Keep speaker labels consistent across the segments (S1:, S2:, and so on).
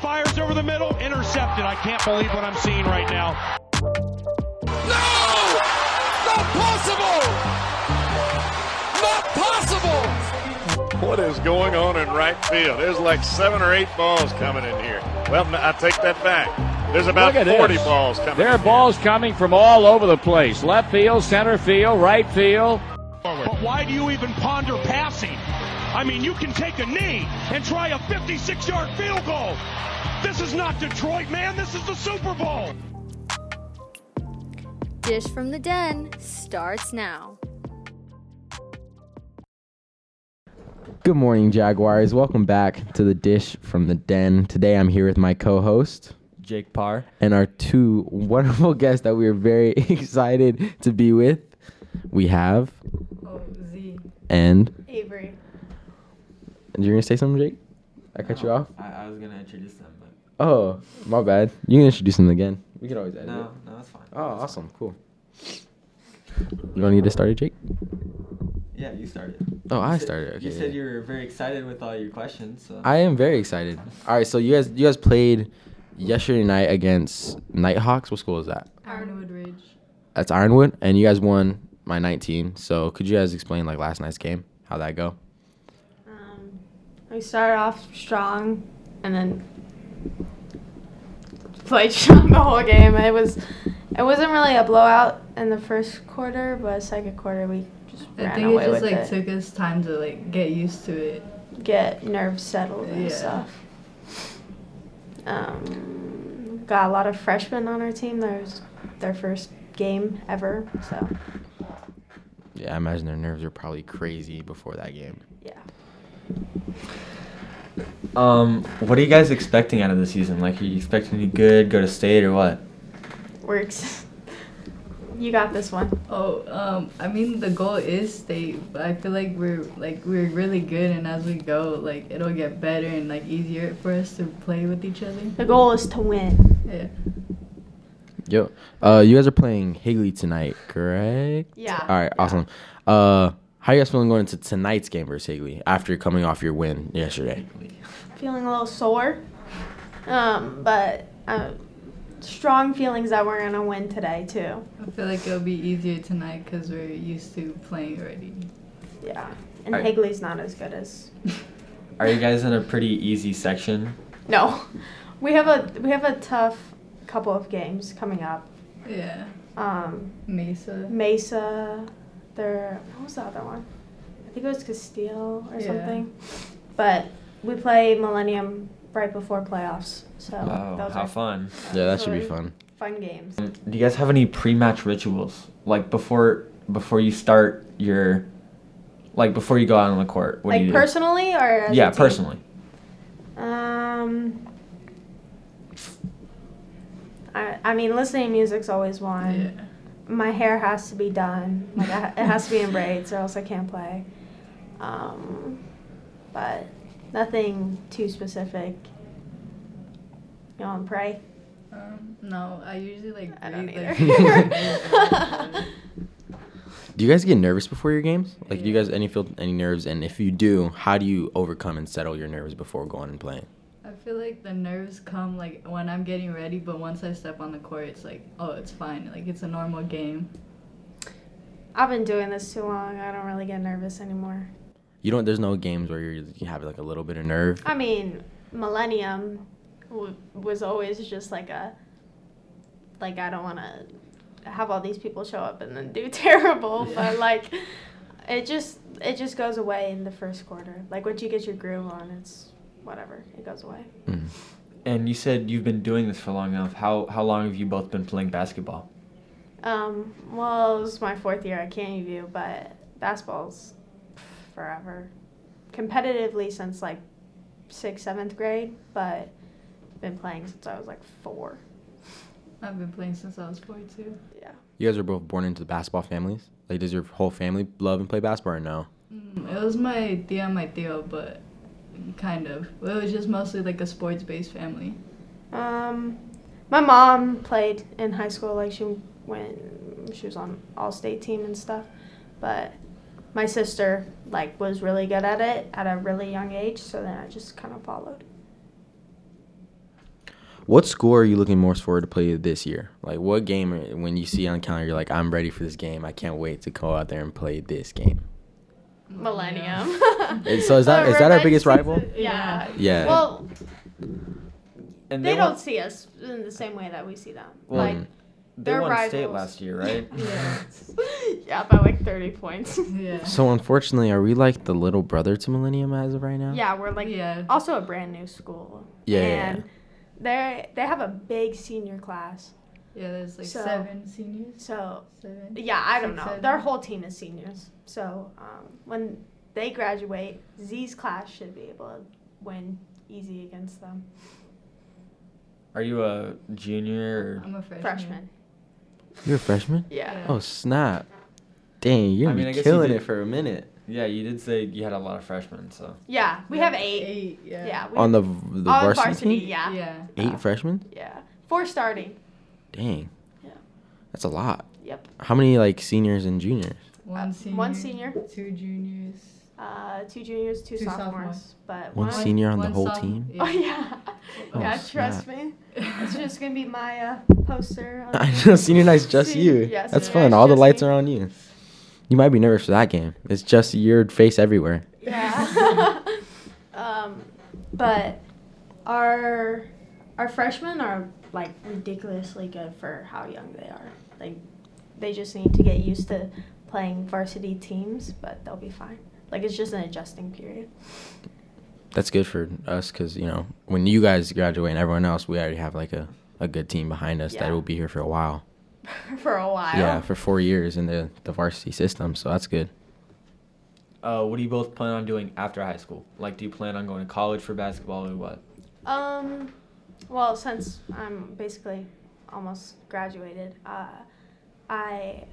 S1: the middle, intercepted. I can't believe what I'm seeing right now.
S2: No! Not possible! Not possible!
S3: What is going on in right field? There's like seven or eight balls coming in here. Well, no, I take that back. There's about
S4: Look at
S3: 40
S4: this.
S3: balls coming
S4: There
S3: in
S4: are
S3: here.
S4: balls coming from all over the place. Left field, center field, right field.
S1: But why do you even ponder passing? I mean, you can take a knee and try a 56 yard field goal. This is not Detroit, man. This is the Super Bowl.
S5: Dish from the Den starts now.
S6: Good morning, Jaguars. Welcome back to the Dish from the Den. Today I'm here with my co host
S7: Jake Parr.
S6: and our two wonderful guests that we are very excited to be with. We have
S8: Oh, Z.
S6: and
S8: Avery.
S6: you're gonna say something, Jake? I cut you off?
S7: I, I was gonna introduce them, but
S6: Oh, my bad. You can introduce them again. We can always edit. it.
S7: no, no, that's fine.
S6: Oh, awesome, cool. You want to get it started, Jake?
S7: Yeah, you started.
S6: Oh,
S7: You
S6: I
S7: said-
S6: started. Okay.
S7: You said
S6: yeah.
S7: you were very excited with all your questions. So.
S6: I am very excited. All right, so you guys, you guys played yesterday night against Nighthawks. What school is that?
S8: Ironwood Ridge.
S6: That's Ironwood, and you guys won my 19. So could you guys explain like last night's game? How that go?
S8: Um, we started off strong and then played strong the whole game. It was it wasn't really a blowout in the first quarter, but second quarter we just
S9: I
S8: ran
S9: think
S8: away
S9: it just
S8: with
S9: like
S8: it.
S9: took us time to like get used to it.
S8: Get nerves settled and
S9: Yeah.
S8: stuff. Um, got a lot of freshmen on our team. That was their first game ever, so
S6: Yeah, I imagine their nerves are probably crazy before that game.
S8: yeah.
S7: Um, what are you guys expecting out of the season? Like, are you expecting to be good, go to state, or what?
S8: Works. you got this one.
S9: Oh, um, I mean the goal is state, but I feel like we're like we're really good, and as we go, like it'll get better and like easier for us to play with each other.
S8: The goal is to win.
S9: Yeah.
S6: Yo, uh, you guys are playing Higley tonight, correct?
S8: Yeah.
S6: All right, awesome. Uh, how you guys feeling going into tonight's game versus Higley after coming off your win yesterday?
S8: Feeling a little sore, um, but uh, strong feelings that we're gonna win today too.
S9: I feel like it'll be easier tonight because we're used to playing already.
S8: Yeah. And
S7: Alright.
S8: Higley's not as good as.
S7: Are you guys in a pretty easy section?
S8: No, we have a we have a tough couple of games coming up.
S9: Yeah.
S8: Um,
S9: Mesa.
S8: Mesa, there. What was the other one? I think it was Castile or
S9: Yeah.
S8: something. But we play Millennium right before playoffs, so
S7: Wow,
S8: those
S7: how
S8: are
S7: fun.
S6: Yeah, that should be
S8: Sorry.
S6: fun.
S8: fun games.
S7: Um, Do you guys have any pre-match rituals? Like before before you start your, like before you go out on the court. What do
S8: like
S7: you
S8: personally or as
S7: do?
S8: a
S7: Yeah,
S8: team?
S7: personally.
S8: Um, I, I mean, listening to music's always one.
S9: Yeah.
S8: My hair has to be done. Like I, it has to be in braids, or else I can't play. Um, but nothing too specific. You know, and pray.
S9: Um, no, I usually like
S8: I don't
S9: breathe,
S8: either.
S9: Like,
S6: Do you guys get nervous before your games? Like, do you
S9: Yeah.
S6: guys any feel any nerves? And if you do, how do you overcome and settle your nerves before going and playing?
S9: I feel like the nerves come like when I'm getting ready, but once I step on the court, it's like, oh, it's fine. Like it's a normal game.
S8: I've been doing this too long. I don't really get nervous anymore.
S6: You don't. There's no games where you're, you have like a little bit of nerve.
S8: I mean, Millennium w- was always just like a like I don't want to have all these people show up and then do terrible, but like it just it just goes away in the first quarter. Like once you get your groove on, it's whatever. It goes away.
S6: Hmm.
S7: And you said you've been doing this for long enough. How how long have you both been playing basketball?
S8: Um, well, it was my fourth year at Canyon View, but basketball's forever. Competitively since like sixth, seventh grade, but been playing since I was like four.
S9: I've been playing since I was four too.
S8: Yeah.
S6: You guys are both born into basketball families. Like, does your whole family love and play basketball or no?
S9: Mm, It was my tia, my tio, but kind of. It was just mostly like a sports-based family.
S8: Um, my mom played in high school. Like she went, she was on all state team and stuff. But my sister like was really good at it at a really young age. So then I just kind of followed.
S6: What score are you looking most forward to play this year? Like, what game are, when you see on calendar, you're like, I'm ready for this game. I can't wait to go out there and play this game.
S8: Millennium.
S6: And so is that-
S8: Or
S6: is that our
S8: Riverbank
S6: biggest rival?
S8: season- Yeah.
S6: Yeah.
S8: Well,
S7: And
S8: they,
S7: they,
S8: don't
S7: won,
S8: see us in the same way that we see them.
S7: Well,
S8: like,
S7: they
S8: they're
S7: won state
S8: rivals.
S7: last year, right?
S8: yeah, by like 30 points.
S9: Yeah.
S6: So unfortunately, are we like the little brother to Millennium as of right now?
S8: yeah, we're like
S9: Yeah.
S8: also a brand new school.
S6: Yeah, yeah, yeah.
S8: And they they have a big senior class.
S9: Yeah, there's like
S8: So-
S9: seven seniors.
S8: So,
S9: Seven.
S8: yeah, I don't
S9: Six,
S8: know.
S9: seven.
S8: Their whole team is seniors. So, um, when they graduate, Z's class should be able to win easy against them.
S7: Are you a junior? Or,
S9: I'm a freshman.
S8: Freshman.
S6: You're a freshman?
S8: Yeah.
S6: Oh, snap. Dang, you're
S7: I mean,
S6: gonna
S7: I guess
S6: be
S7: you
S6: killing
S7: did-
S6: it for a minute.
S7: yeah, you did say you had a lot of freshmen, so
S8: Yeah, we have eight.
S9: Eight. Yeah.
S8: Yeah. We
S6: On
S8: have-
S6: the, the
S8: on
S6: varsity,
S8: varsity,
S6: team?
S8: yeah. yeah.
S9: Yeah.
S6: Eight freshmen?
S8: Four starting.
S6: Dang.
S8: Yeah.
S6: That's a lot.
S8: Yep. Uh,
S6: How many like seniors and juniors?
S9: One senior.
S8: one senior.
S9: Two juniors.
S8: Uh, two juniors, two,
S9: Two
S8: sophomores.
S9: sophomores.
S8: But
S6: One
S8: one.
S6: senior on the
S9: One
S6: whole
S9: soph-
S6: team?
S8: Oh,
S9: Yeah.
S8: yeah.
S6: Oh,
S8: yeah,
S6: snap.
S8: trust me. It's just going to be my uh, poster. on
S6: I
S8: the-
S6: know senior night's just
S8: Senior-
S6: you.
S8: yeah,
S6: That's
S8: senior
S6: fun.
S8: night's
S6: All the
S8: just
S6: lights
S8: me.
S6: are on you. You might be nervous for that game. It's just your face everywhere.
S8: Yeah. um, but our our freshmen are like ridiculously good for how young they are. Like they just need to get used to playing varsity teams, but they'll be fine. Like it's just an adjusting period.
S6: That's good for us because you know when you guys graduate and everyone else, we already have like a, a good team behind us
S8: Yeah.
S6: that will be here for a while.
S8: for a while.
S6: Yeah, for four years in the the varsity system, so that's good.
S7: uh, what do you both plan on doing after high school? Like, do you plan on going to college for basketball or what?
S8: Um, well, since I'm basically almost graduated, uh, I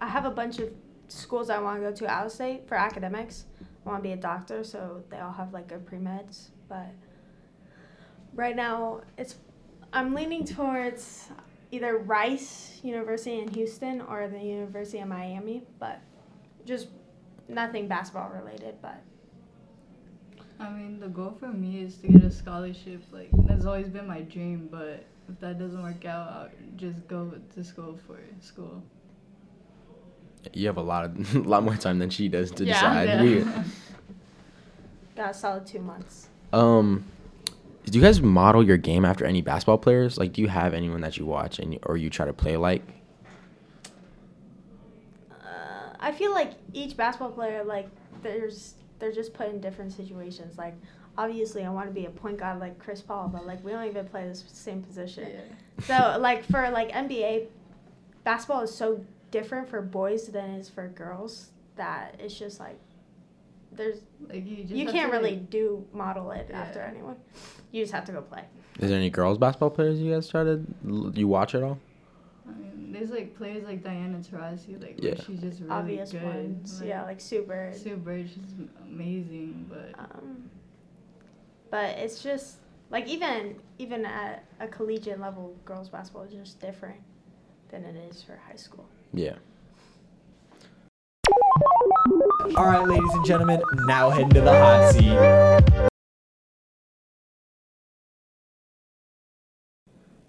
S8: I have a bunch of schools I want to go to out of state for academics. I want to be a doctor, so they all have like good pre meds. But right now, it's I'm leaning towards either Rice University in Houston or the University of Miami, but just nothing basketball related. But
S9: I mean, the goal for me is to get a scholarship. Like that's always been my dream, but if that doesn't work out, I'll just go to school for school.
S6: You have a lot of a lot more time than she does to
S8: Yeah.
S6: decide.
S9: Yeah.
S6: We-
S8: got a solid two months.
S6: Um, do you guys model your game after any basketball players? Like, do you have anyone that you watch and or you try to play like?
S8: Uh, I feel like each basketball player, like there's, they're just put in different situations. Like obviously, I want to be a point guard like Chris Paul, but like we don't even play the s- same position. So like for like NBA, basketball is so different for boys than it is for girls that it's just like there's
S9: Like you just
S8: you
S9: have
S8: can't
S9: to,
S8: really
S9: like-
S8: do model it
S9: Yeah.
S8: after anyone. You just have to go play.
S6: Is there any girls basketball players you guys try to l- you watch at all?
S9: I mean, there's like players like Diana Taurasi, like where
S6: Yeah.
S9: she's just really
S8: Obvious
S9: good.
S8: ones,
S9: like,
S8: yeah, like super.
S9: Sue Bird, she's amazing, but
S8: Um, but it's just like even even at a collegiate level, girls basketball is just different than it is for high school.
S6: Yeah.
S10: All right, ladies and gentlemen, now heading to the hot seat.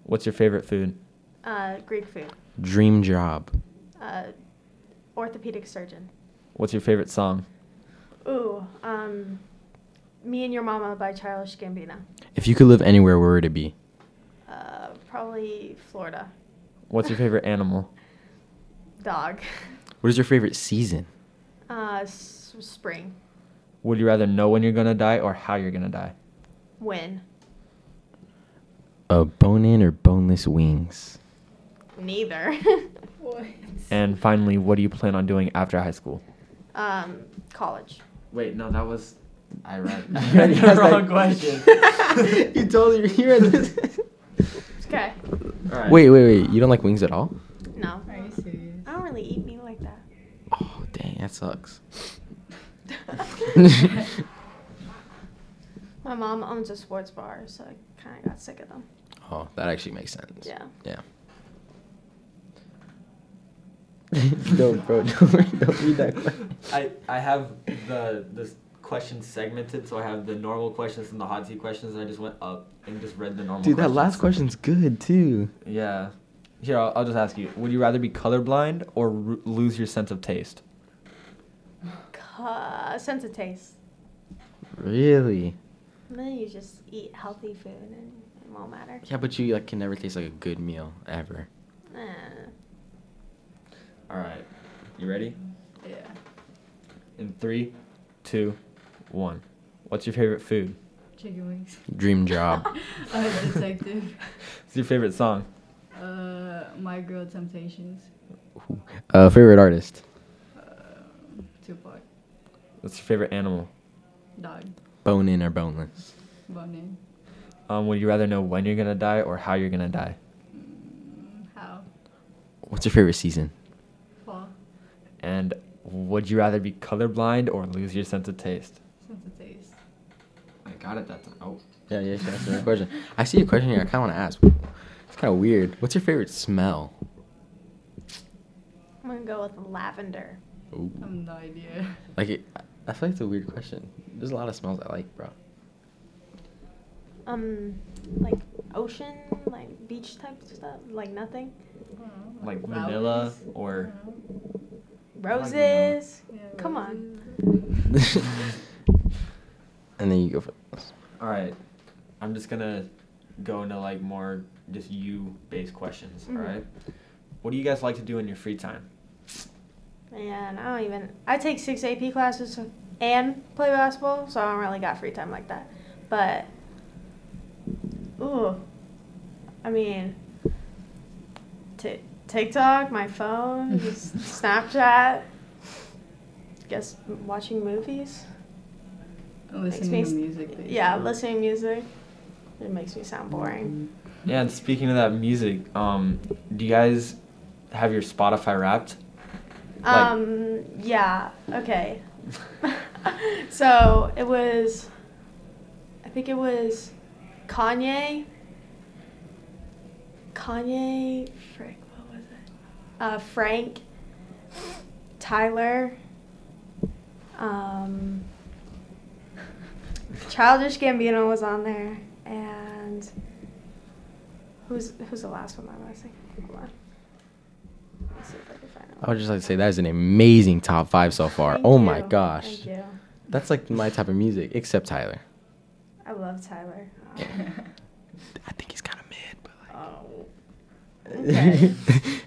S7: What's your favorite food?
S8: Uh, Greek food,
S6: Dream job.
S8: uh, orthopedic surgeon.
S7: What's your favorite song?
S8: Ooh, um, me and your mama by Childish Gambino.
S6: If you could live anywhere, where would it be?
S8: Uh, probably Florida.
S7: What's your favorite animal?
S8: Dog.
S6: What is your favorite season?
S8: Uh, s- spring.
S7: Would you rather know when you're gonna die or how you're gonna die?
S8: Win.
S6: A bone in or boneless wings?
S8: Neither.
S7: And finally, what do you plan on doing after high school?
S8: um, college.
S7: Wait, no, that was I read.
S6: already asked that
S7: wrong question.
S6: you told her you read this.
S8: Okay.
S7: All right.
S6: wait, wait, wait. You don't like wings at all?
S8: No.
S9: are you serious?
S8: I don't really eat meat like that.
S6: Oh, dang, that sucks.
S8: My mom owns a sports bar, so I kind of got sick of them.
S6: oh, that actually makes sense.
S8: Yeah.
S6: Yeah. no, bro, don't, don't read that.
S7: I I have the this questions segmented, so I have the normal questions and the hot seat questions, and I just went up and just read the normal.
S6: Dude, that
S7: questions.
S6: last question's good too.
S7: Yeah. Here, I'll, I'll just ask you: Would you rather be colorblind or r- lose your sense of taste?
S8: Uh, sense of taste.
S6: Really?
S8: And then you just eat healthy food and it won't matter.
S6: Yeah, but you like can never taste like a good meal ever.
S8: Eh.
S7: All right. You ready?
S9: Yeah.
S7: In three, two, one. What's your favorite food?
S9: Chicken wings.
S6: Dream job.
S9: Uh, detective.
S7: What's your favorite song?
S9: Uh, My Girl Temptations.
S6: uh, favorite artist?
S9: Tupac.
S7: What's your favorite animal?
S9: Dog.
S6: Bone in or boneless?
S9: Bone in.
S7: Um, would you rather know when you're gonna die or how you're gonna die?
S9: How?
S6: What's your favorite season?
S9: Fall.
S7: And would you rather be colorblind or lose your sense of taste?
S9: Sense of taste.
S7: I got it. That's oh.
S6: Yeah, yeah, sure. That's a good question. I see a question here. I kind of want to ask. It's kind of weird. What's your favorite smell?
S8: I'm gonna go with lavender.
S6: Ooh.
S9: I have no idea.
S6: Like, it, I feel like it's a weird question. There's a lot of smells I like, bro.
S8: Um, like ocean, like beach type stuff, like nothing.
S7: Like vanilla or
S8: Roses.
S9: Yeah,
S8: Come
S9: roses.
S6: and then you go for this.
S7: all right. I'm just gonna go into like more just you based questions. all
S8: Mhm.
S7: right. What do you guys like to do in your free time?
S8: Man, I don't even. I take six AP classes and play basketball, so I don't really got free time like that. But, ooh, I mean, t- TikTok, my phone, just Snapchat. Guess watching movies.
S9: And
S8: Makes
S9: listening
S8: me
S9: to
S8: s-
S9: music. basically.
S8: Yeah, listening to music. It makes me sound boring.
S7: Yeah, and speaking of that music, um, do you guys have your Spotify Wrapped? Like-
S8: Um, yeah, okay. so it was, I think it was Kanye. Kanye, Frank, what was it? Uh, Frank, Tyler, um, Childish Gambino was on there, and who's who's the last one I'm missing? Hold on. Let's see if I can find it.
S6: I would just like to say that is an amazing top five so far.
S8: Thank
S6: oh my
S8: you.
S6: gosh.
S8: Thank you.
S6: That's like my type of music, except Tyler.
S8: I love Tyler.
S6: I think he's kind of mid, but
S8: Oh.
S6: I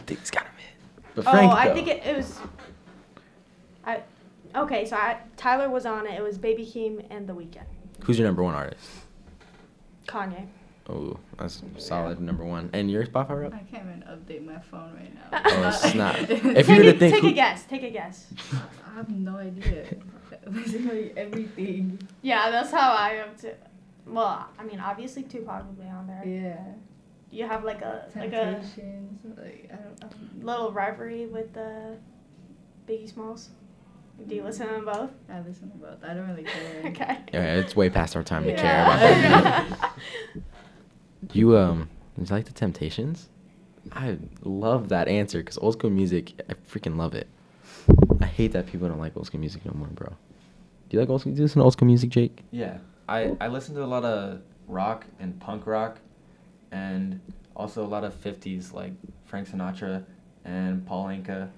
S6: think he's kind of mid. But Frank,
S8: oh, I
S6: though.
S8: think it, it was. I okay, so I, Tyler was on it. It was Baby Keem and The Weeknd.
S6: Who's your number one artist?
S8: Kanye.
S6: Oh, that's solid number one. And your Spotify rep?
S9: I can't even update my phone right now.
S6: Oh, snap. If you
S8: Take
S6: were
S8: a,
S6: to think,
S8: take
S6: who-
S8: a guess. Take a guess.
S9: I have no idea. Basically everything.
S8: Yeah, that's how I am too. Well, I mean, obviously Tupac would be on there.
S9: Yeah.
S8: You have like a like a
S9: Temptations. Like, I don't, I don't
S8: little rivalry with the Biggie Smalls. Do you listen to them both?
S9: I listen to both. I don't really care.
S8: Okay.
S6: yeah, it's way past our time to care about that.
S8: Yeah.
S6: Do you um, do you like the Temptations? I love that answer because old school music, I freaking love it. I hate that people don't like old school music no more, bro. Do you like old school? Do you listen to old school music, Jake?
S7: Yeah, I I listen to a lot of rock and punk rock, and also a lot of '50s like Frank Sinatra and Paul Anka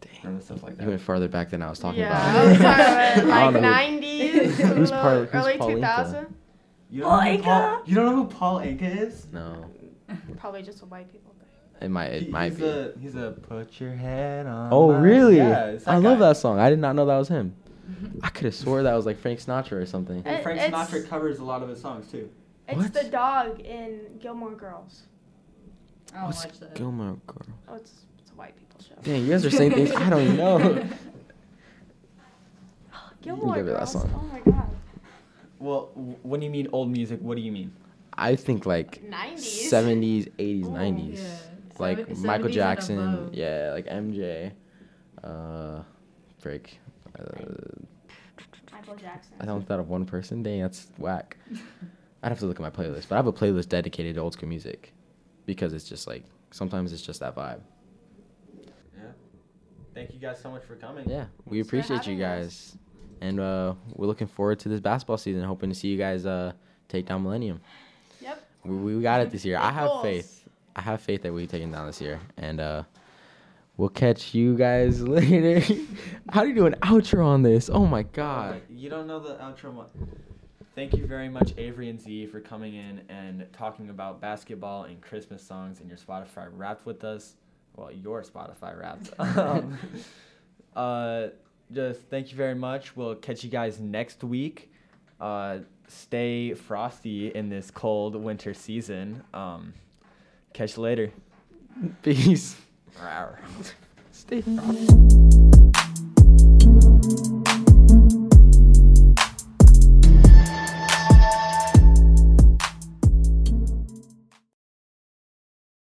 S6: Dang,
S7: and stuff like
S6: you went
S7: that.
S6: farther back than I was talking
S8: yeah,
S6: about.
S8: I was talking
S6: I
S8: about
S6: don't know
S8: like
S6: who-
S8: nineties,
S6: Who's Paul- who's
S8: early
S6: Paul Anka?
S8: two thousand.
S7: You
S8: Paul Anka?
S7: you don't know who Paul Anka is?
S6: No,
S8: Probably just a white people thing.
S6: it might it
S7: He-
S6: might
S7: he's
S6: be.
S7: A, he's a put your head on.
S6: Oh
S7: my-"
S6: really?
S7: Yeah, it's
S6: I love
S7: guy.
S6: that song. I did not know that was him. I could have swore that was like Frank Sinatra or something.
S7: And
S8: It-
S7: Frank
S8: it's-
S7: Sinatra covers a lot of his songs too.
S8: It's
S6: What?
S8: the dog in Gilmore Girls.
S9: I don't
S6: What's
S9: watch that.
S6: Gilmore Girl?
S8: Oh, it's, it's a white people show.
S6: Dang, you guys are saying things I don't even know.
S8: Gilmore
S6: give me that
S8: Girls.
S6: song.
S8: Oh my god.
S7: Well, w- when you mean old music, what do you mean?
S6: I think like
S8: Nineties.
S6: 70s, 80s,
S8: Oh.
S6: 90s.
S9: Yeah.
S6: Like
S9: Seven- 70s
S6: Michael
S9: and
S6: Jackson.
S9: above.
S6: Yeah, like MJ. Uh, Frick. Uh,
S8: Michael Jackson.
S6: I only thought of one person. Dang, that's whack. I'd have to look at my playlist, but I have a playlist dedicated to old school music because it's just like sometimes it's just that vibe.
S7: Yeah. Thank you guys so much for coming.
S6: Yeah, we
S8: Thanks for
S6: appreciate you
S8: having us.
S6: guys. and uh, we're looking forward to this basketball season. Hoping to see you guys uh, take down Millennium.
S8: Yep.
S6: We, we got it this year. I have
S8: Bulls.
S6: faith. I have faith that we take them down this year, and uh, we'll catch you guys later. How do you do an outro on this? Oh my god.
S7: You don't know the outro. Mo- Thank you very much, Avery and Z, for coming in and talking about basketball and Christmas songs and your Spotify Wrapped with us. Well, your Spotify Wrapped. um, uh, just thank you very much. We'll catch you guys next week. Uh, stay frosty in this cold winter season. Um, catch you later.
S6: Peace.
S7: Rawr.
S6: Stay
S11: frosty.